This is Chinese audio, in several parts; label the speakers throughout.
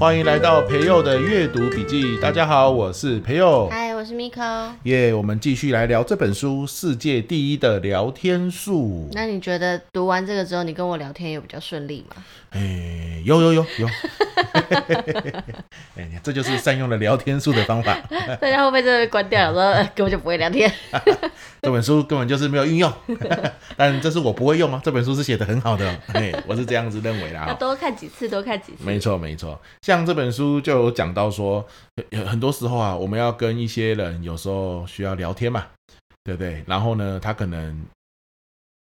Speaker 1: 欢迎来到培佑的阅读笔记。大家好，我是培佑。
Speaker 2: 嗨，我是 Miko。
Speaker 1: 耶、我们继续来聊这本书《世界第一的聊天术》。
Speaker 2: 那你觉得读完这个之后，你跟我聊天有比较顺利吗？
Speaker 1: 哎，有有有有。 哎，这就是善用了聊天术的方法。
Speaker 2: 大家会不会真的被关掉了？ 说呃根本就不会聊天。
Speaker 1: 这本书根本就是没有运用， 但这是我不会用啊。这本书是写的很好的，哎，我是这样子认为啦。
Speaker 2: 要多看几次，多看几次。
Speaker 1: 没错，没错。像这本书就有讲到说，呃很多时候啊，我们要跟一些人有时候需要聊天嘛，对不对？然后呢，他可能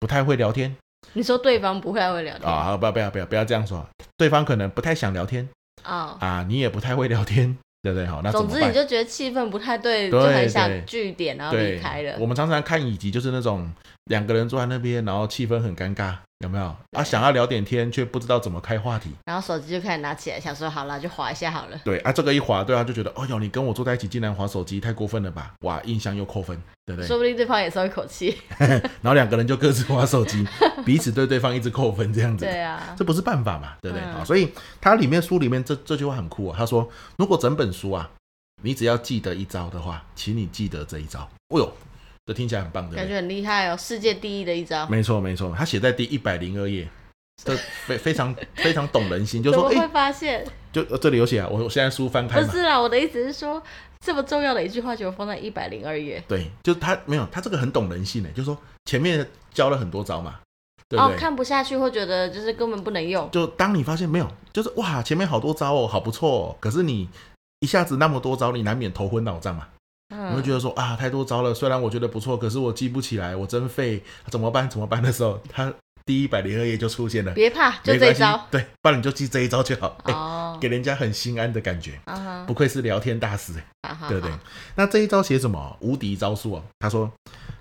Speaker 1: 不太会聊天
Speaker 2: 你说对方不会会聊天
Speaker 1: 啊、不要不要不要不要这样说，对方可能不太想聊天
Speaker 2: 哦
Speaker 1: 啊，你也不太会聊天，对不对？好，那怎
Speaker 2: 总
Speaker 1: 么
Speaker 2: 之你
Speaker 1: 办？
Speaker 2: 就觉得气氛不太对，
Speaker 1: 对
Speaker 2: 就很
Speaker 1: 对
Speaker 2: 想据点，然后离
Speaker 1: 对
Speaker 2: 开，了
Speaker 1: 我。们常常看影集，就是那种两个人坐在那边，然后气氛很尴尬，有没有？啊，想要聊点天，却不知道怎么开话题。
Speaker 2: 然后手机就开始拿起来，想说好了就划一下好了。
Speaker 1: 对啊，这个一划，对啊，就觉得，哦哟，你跟我坐在一起竟然划手机，太过分了吧？哇，印象又扣分，对不对？
Speaker 2: 说不定对方也松一口气。
Speaker 1: 然后两个人就各自划手机，彼此对对方一直扣分，这样子，
Speaker 2: 对啊，
Speaker 1: 这不是办法嘛，对不对？啊、
Speaker 2: 嗯
Speaker 1: 所以它里面书里面这这句话很酷啊、他说，如果整本书啊，你只要记得一招的话，请你记得这一招。哦哟，这听起来很棒，对
Speaker 2: 感
Speaker 1: 不
Speaker 2: 觉
Speaker 1: 对？
Speaker 2: 很厉害哦，世界第一的一招。
Speaker 1: 没错没错，他写在第一百零二页，这非非常非常懂人心，就
Speaker 2: 怎么
Speaker 1: 说，
Speaker 2: 会
Speaker 1: 哎，
Speaker 2: 发现？
Speaker 1: 就呃这里有写啊，我我现在书翻
Speaker 2: 不
Speaker 1: 开嘛。
Speaker 2: 是啦，我的意思是说，这么重要的一句话，结果放在一百零二页。
Speaker 1: 对，就是他没有，他这个很懂人性的，欸就是说前面教了很多招嘛，对不
Speaker 2: 哦
Speaker 1: 对？，
Speaker 2: 看不下去会觉得就是根本不能用，
Speaker 1: 就当你发现没有，就是哇，前面好多招哦，好不错哦，可是你一下子那么多招，你难免头昏脑胀嘛，你会
Speaker 2: 嗯，
Speaker 1: 觉得说啊，太多招了，虽然我觉得不错，可是我记不起来，我真废，怎么办？怎么办的时候，他第一百零二页就出现了，
Speaker 2: 别怕，就
Speaker 1: 没
Speaker 2: 这一
Speaker 1: 关系
Speaker 2: 招，
Speaker 1: 对，不然你就记这一招就好，哎
Speaker 2: 哦，
Speaker 1: 给人家很心安的感觉。
Speaker 2: 啊哈，
Speaker 1: 不愧是聊天大师，哎
Speaker 2: 好好
Speaker 1: 对不对
Speaker 2: 啊好？
Speaker 1: 那这一招写什么？无敌招数哦。他说，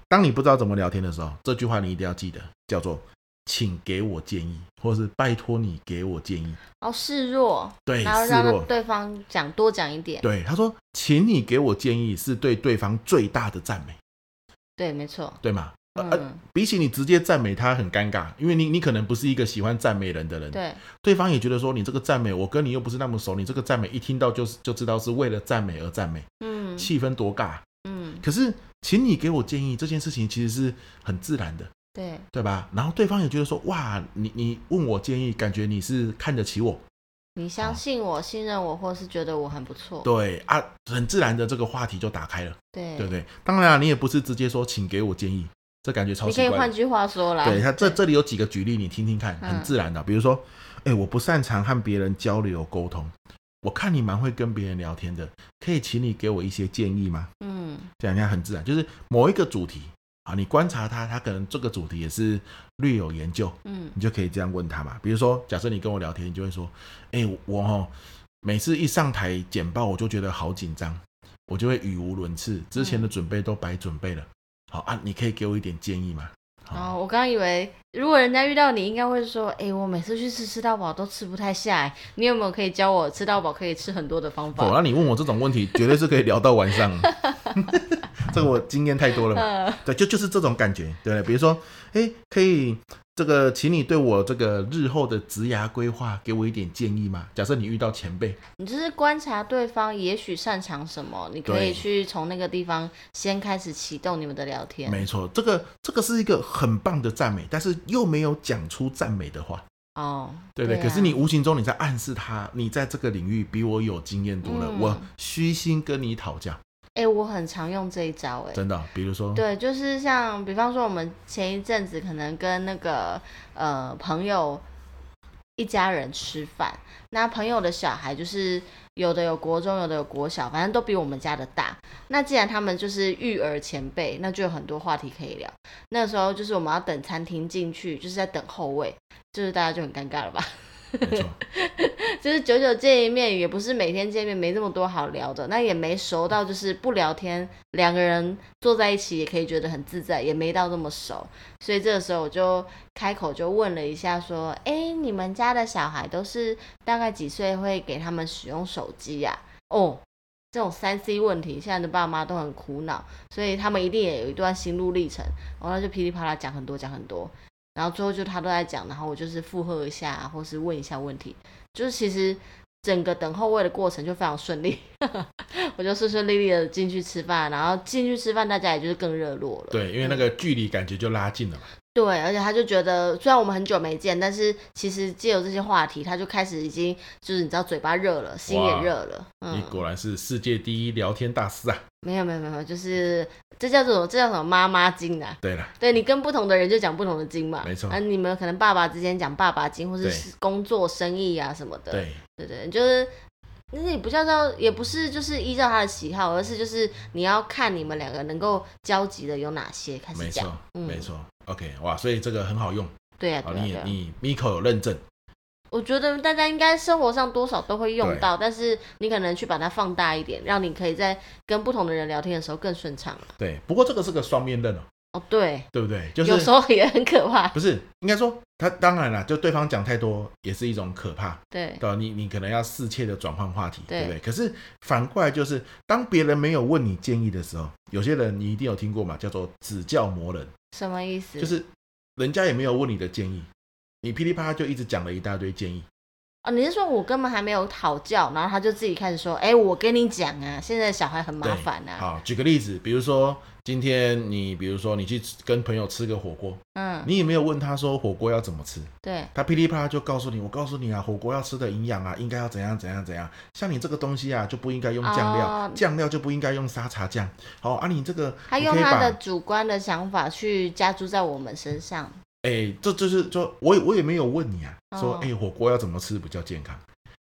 Speaker 1: 当你不知道怎么聊天的时候，这句话你一定要记得，叫做“请给我建议”或是“拜托你给我建议
Speaker 2: 哦，示弱，”。
Speaker 1: 对，
Speaker 2: 然后
Speaker 1: 哎示
Speaker 2: 让
Speaker 1: 弱。
Speaker 2: 对方讲多讲一点，
Speaker 1: 对，他说，请你给我建议是对对方最大的赞美，
Speaker 2: 对，没错，
Speaker 1: 对吗？呃呃，
Speaker 2: 嗯，
Speaker 1: 比起你直接赞美他很尴尬，因为你你可能不是一个喜欢赞美人的人，
Speaker 2: 对，
Speaker 1: 对方也觉得说你这个赞美，我跟你又不是那么熟，你这个赞美一听到就是就知道是为了赞美而赞美，
Speaker 2: 嗯
Speaker 1: 气氛多尬啊。
Speaker 2: 嗯，
Speaker 1: 可是，请你给我建议，这件事情其实是很自然的，
Speaker 2: 对，
Speaker 1: 对吧？然后对方也觉得说，哇，你你问我建议，感觉你是看得起我，
Speaker 2: 你相信我，信任我，或是觉得我很不错，
Speaker 1: 对啊，很自然的这个话题就打开了，
Speaker 2: 对
Speaker 1: 对不对？当然啊，你也不是直接说请给我建议，这感觉超
Speaker 2: 你可
Speaker 1: 奇
Speaker 2: 以
Speaker 1: 怪
Speaker 2: 换
Speaker 1: 的。
Speaker 2: 句话说啦，
Speaker 1: 对他这这里有几个举例，你听听看，
Speaker 2: 嗯
Speaker 1: 很自然的，比如说，哎，我不擅长和别人交流沟通，我看你蛮会跟别人聊天的，可以请你给我一些建议吗？
Speaker 2: 嗯，
Speaker 1: 这两天很自然，就是某一个主题啊，你观察他，他可能这个主题也是略有研究，
Speaker 2: 嗯
Speaker 1: 你就可以这样问他嘛。比如说，假设你跟我聊天，你就会说：“哎、我哦，每次一上台简报，我就觉得好紧张，我就会语无伦次，之前的准备都白准备了。好啊，你可以给我一点建议吗？好
Speaker 2: 哦，我刚以为如果人家遇到你，应该会说：“哎、我每次去吃吃到饱都吃不太下、哎，你有没有可以教我吃到饱可以吃很多的方
Speaker 1: 哦，
Speaker 2: 法
Speaker 1: 那你问我这种问题，绝对是可以聊到晚 上。这个我经验太多？”了嘛。
Speaker 2: 呃，
Speaker 1: 对，就就是这种感觉，对不对？比如说，哎，可以这个，请你对我这个日后的职涯规划给我一点建议吗？假设你遇到前辈，
Speaker 2: 你就是观察对方，也许擅长什么，你可
Speaker 1: 对
Speaker 2: 以去从那个地方先开始启动你们的聊天。
Speaker 1: 没错，这个这个是一个很棒的赞美，但是又没有讲出赞美的话，
Speaker 2: 哦，
Speaker 1: 对不对？
Speaker 2: 啊
Speaker 1: 可是你无形中你在暗示他，你在这个领域比我有经验多了，
Speaker 2: 嗯
Speaker 1: 我虚心跟你讨教，
Speaker 2: 哎、我很常用这一招、哎。
Speaker 1: 真的。啊比如说，
Speaker 2: 对，就是像比方说，我们前一阵子可能跟那个呃朋友一家人吃饭，那朋友的小孩就是有的有国中，有的有国小，反正都比我们家的大。那既然他们就是育儿前辈，那就有很多话题可以聊。那时候就是我们要等餐厅进去，就是在等后位，就是大家就很尴尬了吧？
Speaker 1: 没错，
Speaker 2: 就是久久见一面，也不是每天见面，没这么多好聊的，那也没熟到就是不聊天，两个人坐在一起也可以觉得很自在，也没到这么熟，所以这个时候我就开口就问了一下，说，哎、你们家的小孩都是大概几岁会给他们使用手机呀、哦。这种三 C 问题，现在的爸妈都很苦恼，所以他们一定也有一段心路历程。然后他就噼里啪啦讲很多讲很多，啊然后最后就他都在讲，然后我就是附和一下，或是问一下问题。就是其实整个等候位的过程就非常顺利， 我就顺顺利利的进去吃饭，然后进去吃饭大家也就是更热络了。
Speaker 1: 对，因为那个距离感觉就拉近了嘛。
Speaker 2: 对，而且他就觉得，虽然我们很久没见，但是其实借由这些话题，他就开始已经就是你知道嘴巴热了，心也
Speaker 1: 哇
Speaker 2: 热了。嗯
Speaker 1: 你，果然是世界第一聊天大师啊！
Speaker 2: 没有没有没有，就是这叫做什么？这叫什么妈妈经啊？
Speaker 1: 对了，
Speaker 2: 对你跟不同的人就讲不同的经嘛，
Speaker 1: 没错
Speaker 2: 啊，你们可能爸爸之间讲爸爸经，或
Speaker 1: 对
Speaker 2: 是工作、生意啊什么的。
Speaker 1: 对，
Speaker 2: 对对，就是那也不叫到，也不是就是依照他的喜好，而是就是你要看你们两个能够交集的有哪些开始
Speaker 1: 没
Speaker 2: 讲。
Speaker 1: 错，
Speaker 2: 嗯
Speaker 1: 没错。OK，哇，所以这个很好用
Speaker 2: 对啊，
Speaker 1: 啊！
Speaker 2: 对啊，
Speaker 1: 你
Speaker 2: 对
Speaker 1: 也
Speaker 2: 啊。
Speaker 1: 你 Miko 有认证，
Speaker 2: 我觉得大家应该生活上多少都会用到，但是你可能去把它放大一点，让你可以在跟不同的人聊天的时候更顺畅了。啊
Speaker 1: 对。不过这个是个双面刃哦，
Speaker 2: 哦，对，
Speaker 1: 对不对？就是
Speaker 2: 有时候也很可怕。
Speaker 1: 不是应该说他当然了，就对方讲太多也是一种可怕，
Speaker 2: 对
Speaker 1: 对吧？你你可能要适切的转换话题，
Speaker 2: 对
Speaker 1: 对不对？可是反过来就是，当别人没有问你建议的时候，有些人你一定有听过嘛，叫做指教磨人，
Speaker 2: 什么意思？
Speaker 1: 就是人家也没有问你的建议，你噼里啪啦就一直讲了一大堆建议，
Speaker 2: 哦，你是说我根本还没有讨教，然后他就自己开始说，哎、我跟你讲啊，现在小孩很麻
Speaker 1: 对
Speaker 2: 烦啊，
Speaker 1: 好，举个例子，比如说今天你，比如说你去吃跟朋友吃个火锅，
Speaker 2: 嗯，
Speaker 1: 你也没有问他说火锅要怎么吃，
Speaker 2: 对，
Speaker 1: 他噼里啪啦就告诉你，我告诉你啊，火锅要吃的营养啊，应该要怎样怎样怎样。像你这个东西啊，就不应该用酱
Speaker 2: 哦
Speaker 1: 料，酱、料就不应该用沙茶酱。好、啊，你这个
Speaker 2: 他
Speaker 1: 你
Speaker 2: 用
Speaker 1: 可以
Speaker 2: 他
Speaker 1: 把
Speaker 2: 的主观的想法去加注在我们身上，
Speaker 1: 哎、这就是说，我也我也没有问你啊，说
Speaker 2: 哦
Speaker 1: 哎、火锅要怎么吃比较健康。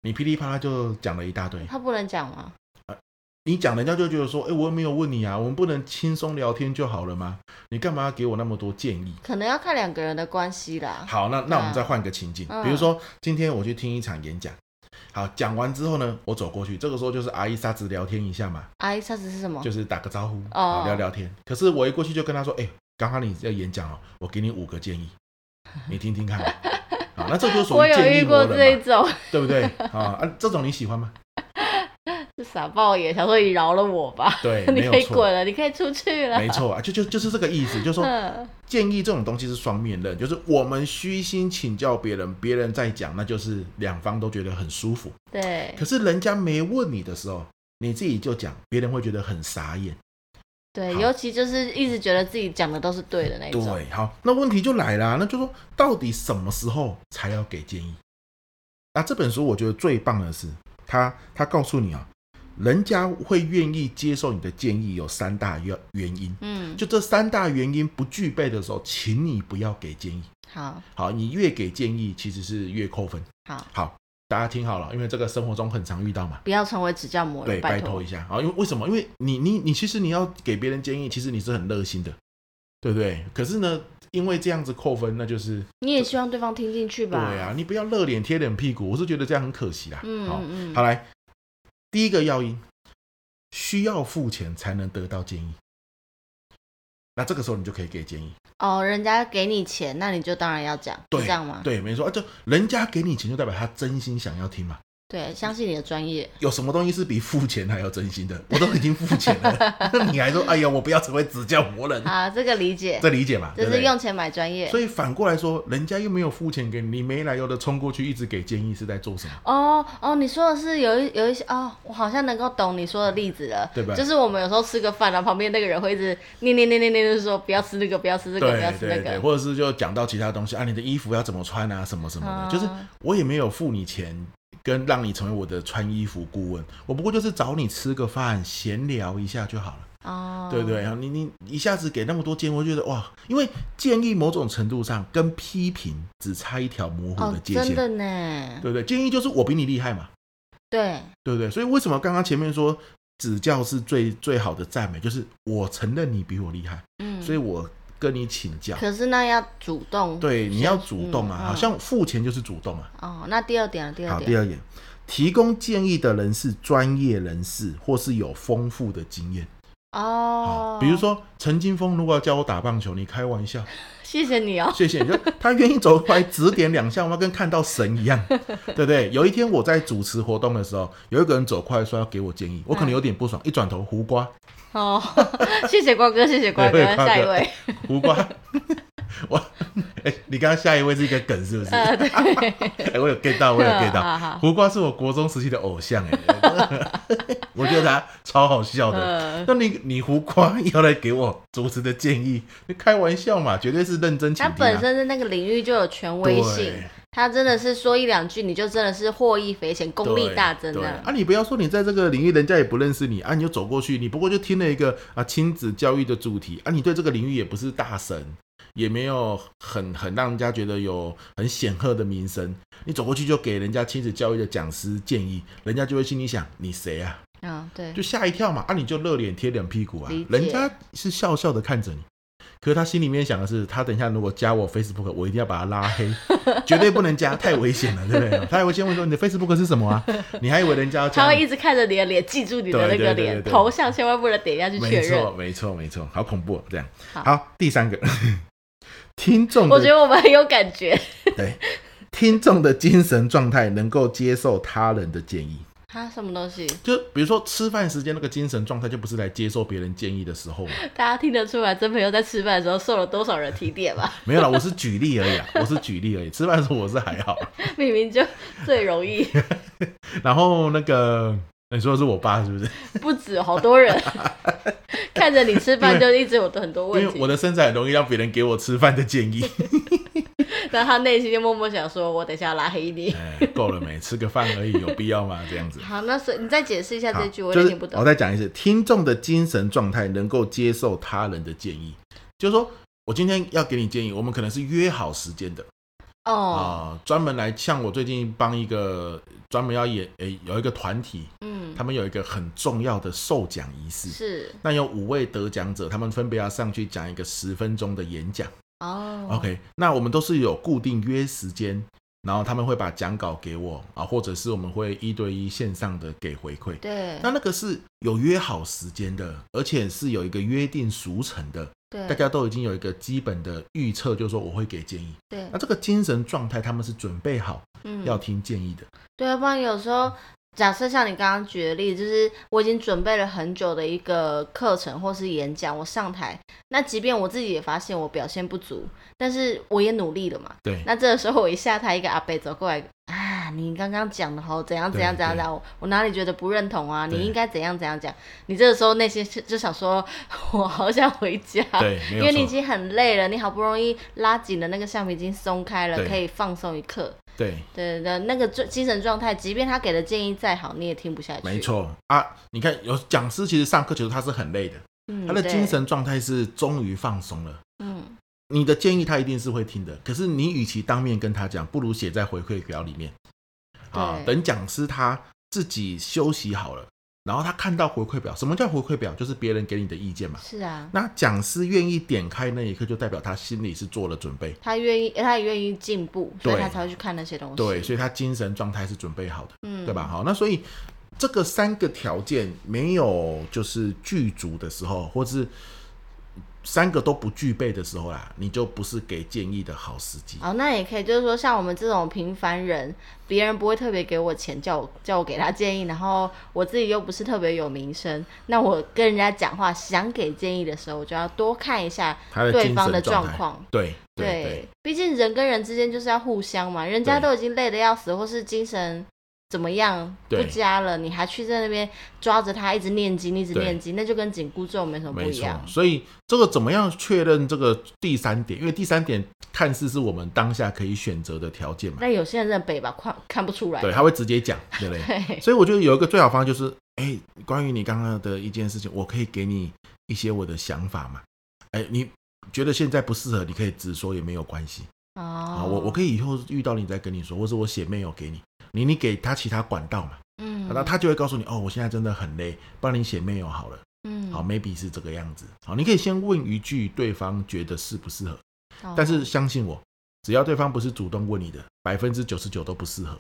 Speaker 1: 你噼里啪啦就讲了一大堆，
Speaker 2: 他不能讲吗？
Speaker 1: 你讲人家就觉得说，哎、我又没有问你啊，我们不能轻松聊天就好了吗？你干嘛要给我那么多建议？
Speaker 2: 可能要看两个人的关系啦。
Speaker 1: 好，那
Speaker 2: 对
Speaker 1: 那
Speaker 2: 啊
Speaker 1: 我们再换个情境，
Speaker 2: 嗯
Speaker 1: 比如说今天我去听一场演讲，好，讲完之后呢，我走过去，这个时候就是阿姨沙子聊天一下嘛，
Speaker 2: 阿姨，他只是什么？
Speaker 1: 就是打个招呼，
Speaker 2: 哦
Speaker 1: 好聊聊天。可是我一过去就跟他说，哎、刚刚你在演讲哦，我给你五个建议，你听听看。好，那这就属
Speaker 2: 我
Speaker 1: 于
Speaker 2: 有
Speaker 1: 建
Speaker 2: 遇
Speaker 1: 议
Speaker 2: 过
Speaker 1: 我
Speaker 2: 这
Speaker 1: 了
Speaker 2: 一
Speaker 1: 嘛，
Speaker 2: 种，
Speaker 1: 对不对？啊啊，这种你喜欢吗？
Speaker 2: 是傻爆眼，想说你饶了我吧，
Speaker 1: 对，
Speaker 2: 你
Speaker 1: 没
Speaker 2: 可
Speaker 1: 有
Speaker 2: 以
Speaker 1: 错，
Speaker 2: 滚了，你可以出去了。
Speaker 1: 没错啊，就就就是这个意思，就是说
Speaker 2: 嗯，
Speaker 1: 建议这种东西是双面刃，就是我们虚心请教别人，别人在讲，那就是两方都觉得很舒服。
Speaker 2: 对
Speaker 1: 可是人家没问你的时候，你自己就讲，别人会觉得很傻眼。
Speaker 2: 对，
Speaker 1: 好
Speaker 2: 尤其就是一直觉得自己讲的都是对的那一种。
Speaker 1: 对，好，那问题就来啦，那就说到底什么时候才要给建议？那这本书我觉得最棒的是，他他告诉你啊，人家会愿意接受你的建议有三大原原因，
Speaker 2: 嗯，
Speaker 1: 就这三大原因不具备的时候，请你不要给建议。
Speaker 2: 好
Speaker 1: 好，你越给建议其实是越扣分。
Speaker 2: 好，
Speaker 1: 好，大家听好了，因为这个生活中很常遇到嘛。
Speaker 2: 不要成为指教魔
Speaker 1: 对，
Speaker 2: 人，
Speaker 1: 拜
Speaker 2: 托
Speaker 1: 托一。下啊！因为为什么？因为你你你其实你要给别人建议，其实你是很热心的，对不对？可是呢，因为这样子扣分，那就是
Speaker 2: 你也希望对方听进去
Speaker 1: 对
Speaker 2: 吧？
Speaker 1: 啊，你不要热脸贴冷屁股，我是觉得这样很可惜啦。
Speaker 2: 嗯
Speaker 1: 好，
Speaker 2: 嗯嗯
Speaker 1: 好来，第一个要因，需要付钱才能得到建议。那这个时候你就可以给建议，
Speaker 2: 哦，人家给你钱，那你就当然要讲，是
Speaker 1: 对，
Speaker 2: 这样吗？
Speaker 1: 对，没错，啊就人家给你钱，就代表他真心想要听嘛。
Speaker 2: 对，相信你的专业。
Speaker 1: 有什么东西是比付钱还要真心的？我都已经付钱了， 那你还说，哎呀，我不要成为指教魔人。
Speaker 2: 啊，这个理解，
Speaker 1: 这理解嘛？嗯
Speaker 2: 就
Speaker 1: 对不
Speaker 2: 是
Speaker 1: 对？
Speaker 2: 用钱买专业。
Speaker 1: 所以反过来说，人家又没有付钱给你，你没来由的冲过去一直给建议，是在做什么？
Speaker 2: 哦哦，你说的是有一有一些哦，我好像能够懂你说的例子了，
Speaker 1: 对吧
Speaker 2: 就是我们有时候吃个饭，然后旁边那个人会一直念念念念念，就是说不要吃那个，不要吃这个，不要
Speaker 1: 对
Speaker 2: 吃那
Speaker 1: 对对，
Speaker 2: 个。
Speaker 1: 或者是就讲到其他东西啊，你的衣服要怎么穿啊，什么什么
Speaker 2: 啊
Speaker 1: 的，就是我也没有付你钱。跟让你成为我的穿衣服顾问，我不过就是找你吃个饭，闲聊一下就好了，
Speaker 2: 哦，
Speaker 1: 对不对？然后你你一下子给那么多建议，我就觉得哇，因为建议某种程度上跟批评只差一条模糊
Speaker 2: 哦
Speaker 1: 的，界
Speaker 2: 真
Speaker 1: 限，
Speaker 2: 的呢，
Speaker 1: 对不对？建议就是我比你厉害嘛，
Speaker 2: 对，
Speaker 1: 对不对？所以为什么刚刚前面说指教是最最好的赞美，就是我承认你比我厉害，
Speaker 2: 嗯，
Speaker 1: 所以我跟你请教。
Speaker 2: 可是那要主动。
Speaker 1: 对，你要主动
Speaker 2: 嗯
Speaker 1: 啊，
Speaker 2: 嗯
Speaker 1: 好像付钱就是主动啊。
Speaker 2: 哦，那第二点了，第二
Speaker 1: 好，第
Speaker 2: 点，
Speaker 1: 二点，提供建议的人是专业人士或是有丰富的经验
Speaker 2: 哦
Speaker 1: 啊，，比如，说陈金峰如果要教我打棒球，你开玩笑，
Speaker 2: 谢谢你哦，
Speaker 1: 谢谢你就他愿意走过来指点两下，我要跟看到神一样，对不对？有一天我在主持活动的时候，有一个人走过来说要给我建议，我可能有点不爽，一转头胡瓜，
Speaker 2: 哦，谢谢瓜哥，谢谢瓜哥，
Speaker 1: 对瓜哥
Speaker 2: 下一位，
Speaker 1: 胡瓜，我哎，你刚刚下一位是一个梗是不是？
Speaker 2: 呃，对，嗯
Speaker 1: 哎，我有 get 到，我有 get 到。
Speaker 2: 好好
Speaker 1: 胡瓜是我国中时期的偶像哎，我觉得他超好笑的。
Speaker 2: 呃，
Speaker 1: 那你你胡瓜要来给我主持的建议，你开玩笑嘛，绝对是认真请
Speaker 2: 他
Speaker 1: 听啊。
Speaker 2: 本身在那个领域就有权威性
Speaker 1: 对，
Speaker 2: 他真的是说一两句你就真的是获益匪浅，功力
Speaker 1: 对
Speaker 2: 大增
Speaker 1: 对
Speaker 2: 的。
Speaker 1: 啊，你不要说你在这个领域，人家也不认识你啊，你就走过去，你不过就听了一个啊亲子教育的主题啊，你对这个领域也不是大神，也没有很很让人家觉得有很显赫的名声，你走过去就给人家亲子教育的讲师建议，人家就会心里想你谁啊，
Speaker 2: 嗯，对
Speaker 1: 就，吓一跳嘛，啊你就热脸贴冷屁股啊
Speaker 2: 理解，
Speaker 1: 人家是笑笑的看着你。可是他心里面想的是，他等一下如果加我 Facebook，我一定要把他拉黑，绝对不能加，太危险了，对不对？他还会先问说你的 Facebook 是什么啊？你还以为人家要加
Speaker 2: 他
Speaker 1: 你？
Speaker 2: 会一直看着你的脸，记住你的那
Speaker 1: 对对
Speaker 2: 个
Speaker 1: 对
Speaker 2: 脸
Speaker 1: 对对
Speaker 2: 头像，千万不能点下去确
Speaker 1: 没
Speaker 2: 认
Speaker 1: 错，。没错，没错，好恐怖、哦，这样。
Speaker 2: 好
Speaker 1: 好，第三个，听众
Speaker 2: 我觉
Speaker 1: 的
Speaker 2: 得我们很有感觉
Speaker 1: 对听众的精神状态能够接受他人的建议，
Speaker 2: 啊，什么东西？
Speaker 1: 就比如说吃饭时间那个精神状态，就不是来接受别人建议的时候嘛。
Speaker 2: 大家听得出来，真朋友在吃饭的时候受了多少人提点吗？
Speaker 1: 没有啦，我是举例而已啦，我是举例而已。吃饭的时候我是还好，
Speaker 2: 明明就最容易，
Speaker 1: 然后那个你说的是我爸是不是？
Speaker 2: 不止好多人 看着你吃饭，就一直有很多
Speaker 1: 因
Speaker 2: 问
Speaker 1: 为
Speaker 2: 题
Speaker 1: 我。的身材很容易让别人给我吃饭的建 议。
Speaker 2: 然后他内心就默默想说：“我等一下拉黑 你。
Speaker 1: 哎，够了没？吃个饭而已，有必要吗？这样子”。
Speaker 2: 好，那所以你再解释一下
Speaker 1: 好
Speaker 2: 这句，我有
Speaker 1: 就
Speaker 2: 点
Speaker 1: 是
Speaker 2: 听不懂
Speaker 1: 我。再讲一次，听众的精神状态能够接受他人的建议，就是说我今天要给你建议，我们可能是约好时间的
Speaker 2: 哦，
Speaker 1: 啊，专、门来像我最近帮一个专门要演诶、有一个团体，
Speaker 2: 嗯，
Speaker 1: 他们有一个很重要的授奖仪式，
Speaker 2: 是
Speaker 1: 那有五位得奖者，他们分别要上去讲一个十分钟的演讲。
Speaker 2: 哦
Speaker 1: OK，那我们都是有固定约时间，然后他们会把讲稿给我啊，或者是我们会一对一线上的给回馈。
Speaker 2: 对
Speaker 1: 那那个是有约好时间的，而且是有一个约定俗成的，
Speaker 2: 对，
Speaker 1: 大家都已经有一个基本的预测，就是说我会给建议。
Speaker 2: 对
Speaker 1: 那，这个精神状态，他们是准备好
Speaker 2: 嗯，
Speaker 1: 要听建议的。
Speaker 2: 对，要不然有时候假设像你刚刚举的例子，就是我已经准备了很久的一个课程或是演讲，我上台，那即便我自己也发现我表现不足，但是我也努力了嘛。
Speaker 1: 对，
Speaker 2: 那这个时候我一下台，一个阿伯走过来啊，你刚刚讲的哦好怎样怎样
Speaker 1: 对
Speaker 2: 怎样怎
Speaker 1: 对
Speaker 2: 样，我我哪里觉得不认同啊？你
Speaker 1: 对
Speaker 2: 应该怎样怎样讲。你这个时候内心就就想说，我好想回家。
Speaker 1: 对没有
Speaker 2: 因为你已
Speaker 1: 错
Speaker 2: 经很累了，你好不容易拉紧的那个橡皮筋松开了，
Speaker 1: 对
Speaker 2: 可以放松一刻。
Speaker 1: 对，
Speaker 2: 对对，对那个状精神状态，即便他给的建议再好，你也听不下去。
Speaker 1: 没，错啊。你看，有讲师其实上课其实他是很累的，
Speaker 2: 嗯，
Speaker 1: 他的
Speaker 2: 对
Speaker 1: 精，神状态是终于放松了。
Speaker 2: 嗯，
Speaker 1: 你的建议他一定是会听的，可是你与其当面跟他讲，不如写在回馈表里面啊。
Speaker 2: 对
Speaker 1: 等讲师他自己休息好了，然后他看到回馈表，什么叫回馈表？就是别人给你的意见嘛。
Speaker 2: 是啊，
Speaker 1: 那讲师愿意点开那一刻，就代表他心里是做了准备，
Speaker 2: 他愿意，他也愿意进步，所以
Speaker 1: 对
Speaker 2: 他才会去看那些东西。
Speaker 1: 对，所以他精神状态是准备好的，
Speaker 2: 嗯，
Speaker 1: 对吧？？好，那所以这个三个条件没有就是具足的时候，或是三个都不具备的时候啦，你就不是给建议的好时机。
Speaker 2: 好，那也可以，就是说，像我们这种平凡人，别人不会特别给我钱，叫我叫我给他建议，然后我自己又不是特别有名声，那我跟人家讲话想给建议的时候，我就要多看一下
Speaker 1: 他的
Speaker 2: 对
Speaker 1: 精
Speaker 2: 方
Speaker 1: 神
Speaker 2: 的
Speaker 1: 状
Speaker 2: 状
Speaker 1: 态
Speaker 2: 况，
Speaker 1: 对对
Speaker 2: 对，毕竟人跟人之间就是要互相嘛，人家
Speaker 1: 对
Speaker 2: 都已经累得要死，或是精神怎么样不
Speaker 1: 对
Speaker 2: 佳了，你还去在那边抓着他一直念经，一直
Speaker 1: 对
Speaker 2: 念经，那就跟紧箍咒没什么不
Speaker 1: 没
Speaker 2: 一
Speaker 1: 错
Speaker 2: 样。。
Speaker 1: 所以这个怎么样确认这个第三点？因为第三点看似是我们当下可以选择的条 件嘛，
Speaker 2: 那有些人认北吧，看看不出来。
Speaker 1: 对，他会直接讲，对不对？
Speaker 2: 对，
Speaker 1: 所以我觉得有一个最好方案就是，哎、关于你刚刚的一件事情，我可以给你一些我的想法嘛。哎、你觉得现在不适合，你可以直说也没有关系啊。
Speaker 2: 哦，
Speaker 1: 我我可以以后遇到你再跟你说，或是我写 mail 给你，你你给他其他管道嘛，
Speaker 2: 嗯，
Speaker 1: 那他就会告诉你，哦，我现在真的很累，帮你写 mail 好了。
Speaker 2: 嗯，
Speaker 1: 好，maybe 是这个样子。好，你可以先问一句对方觉得适不适合，
Speaker 2: 哦，
Speaker 1: 但是相信我，只要对方不是主动问你的，百分之九十九都不适合。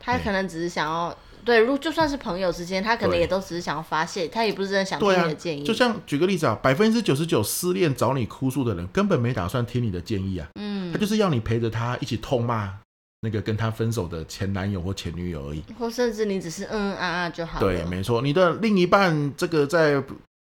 Speaker 2: 他可能只是想要对，如就算是朋友之间，他可能
Speaker 1: 对
Speaker 2: 也都只是想要发泄，他也不是真的想听
Speaker 1: 对
Speaker 2: 你
Speaker 1: 啊
Speaker 2: 的建议。，
Speaker 1: 就像举个例子啊，百分之九十九失恋找你哭诉的人，根本没打算听你的建议啊，
Speaker 2: 嗯
Speaker 1: 他，就是要你陪着他一起痛骂那个跟他分手的前男友或前女友而已。
Speaker 2: 或甚至你只是嗯嗯啊啊就好了。
Speaker 1: 对，没错，你的另一半这个在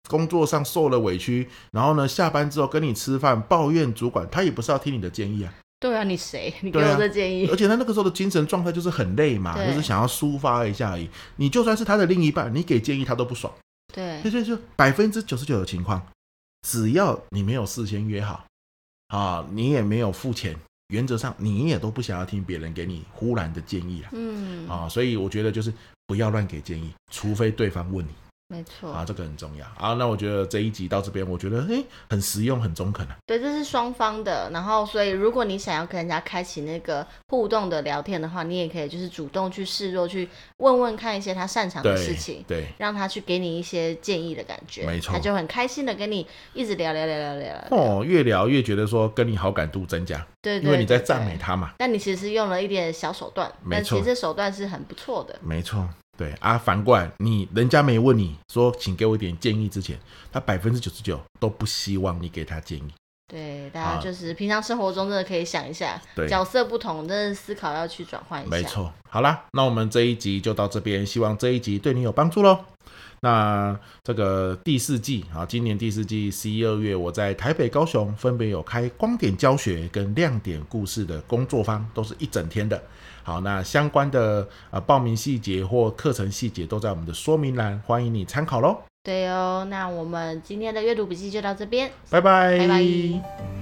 Speaker 1: 工作上受了委屈，然后呢下班之后跟你吃饭抱怨主管，他也不是要听你的建 议啊，
Speaker 2: 对啊，你谁？你给
Speaker 1: 对啊
Speaker 2: 我这建议
Speaker 1: 而，且他那个时候的精神状态就是很累嘛，
Speaker 2: 对
Speaker 1: 就是想要抒发一下而已。你就算是他的另一半，你给建议他都不爽，
Speaker 2: 对
Speaker 1: 所以就百分之九十九的情况，只要你没有事先约好，啊，你也没有付钱，原则上你也都不想要听别人给你忽然的建议了
Speaker 2: 嗯，
Speaker 1: 啊。所以我觉得就是不要乱给建议，除非对方问你。
Speaker 2: 没错，
Speaker 1: 啊，这个很重要啊。那我觉得这一集到这边，我觉得诶很实用，很中肯啊。
Speaker 2: 对，这是双方的。然后，所以如果你想要跟人家开启那个互动的聊天的话，你也可以就是主动去示弱，去问问看一些他擅长的事
Speaker 1: 对
Speaker 2: 情，
Speaker 1: 对
Speaker 2: 让他去给你一些建议的感觉，
Speaker 1: 没错
Speaker 2: 他就很开心的跟你一直聊聊聊聊聊聊。
Speaker 1: 哦，越聊越觉得说跟你好感度增加，
Speaker 2: 对对
Speaker 1: 因为你在
Speaker 2: 对
Speaker 1: 赞美
Speaker 2: 对
Speaker 1: 他嘛。
Speaker 2: 但你其实用了一点小手段，
Speaker 1: 没
Speaker 2: 但其
Speaker 1: 错
Speaker 2: 实这手段是很不错的。
Speaker 1: 没错，对啊。反过来，你人家没问你说请给我一点建议之前，他百分之九十九都不希望你给他建议。
Speaker 2: 对，大
Speaker 1: 啊
Speaker 2: 家就是平常生活中真的可以想一下，
Speaker 1: 对
Speaker 2: 角色不同，真的思考要去转换一下。
Speaker 1: 没错，好啦，那我们这一集就到这边，希望这一集对你有帮助喽。那这个第四季啊，今年第四季十一二月，我在台北、高雄分别有开光点教学跟亮点故事的工作坊，都是一整天的。好，那相关的呃报名细节或课程细节都在我们的说明栏，欢迎你参考喽。
Speaker 2: 对哦，那我们今天的阅读笔记就到这边，
Speaker 1: 拜拜，
Speaker 2: 拜拜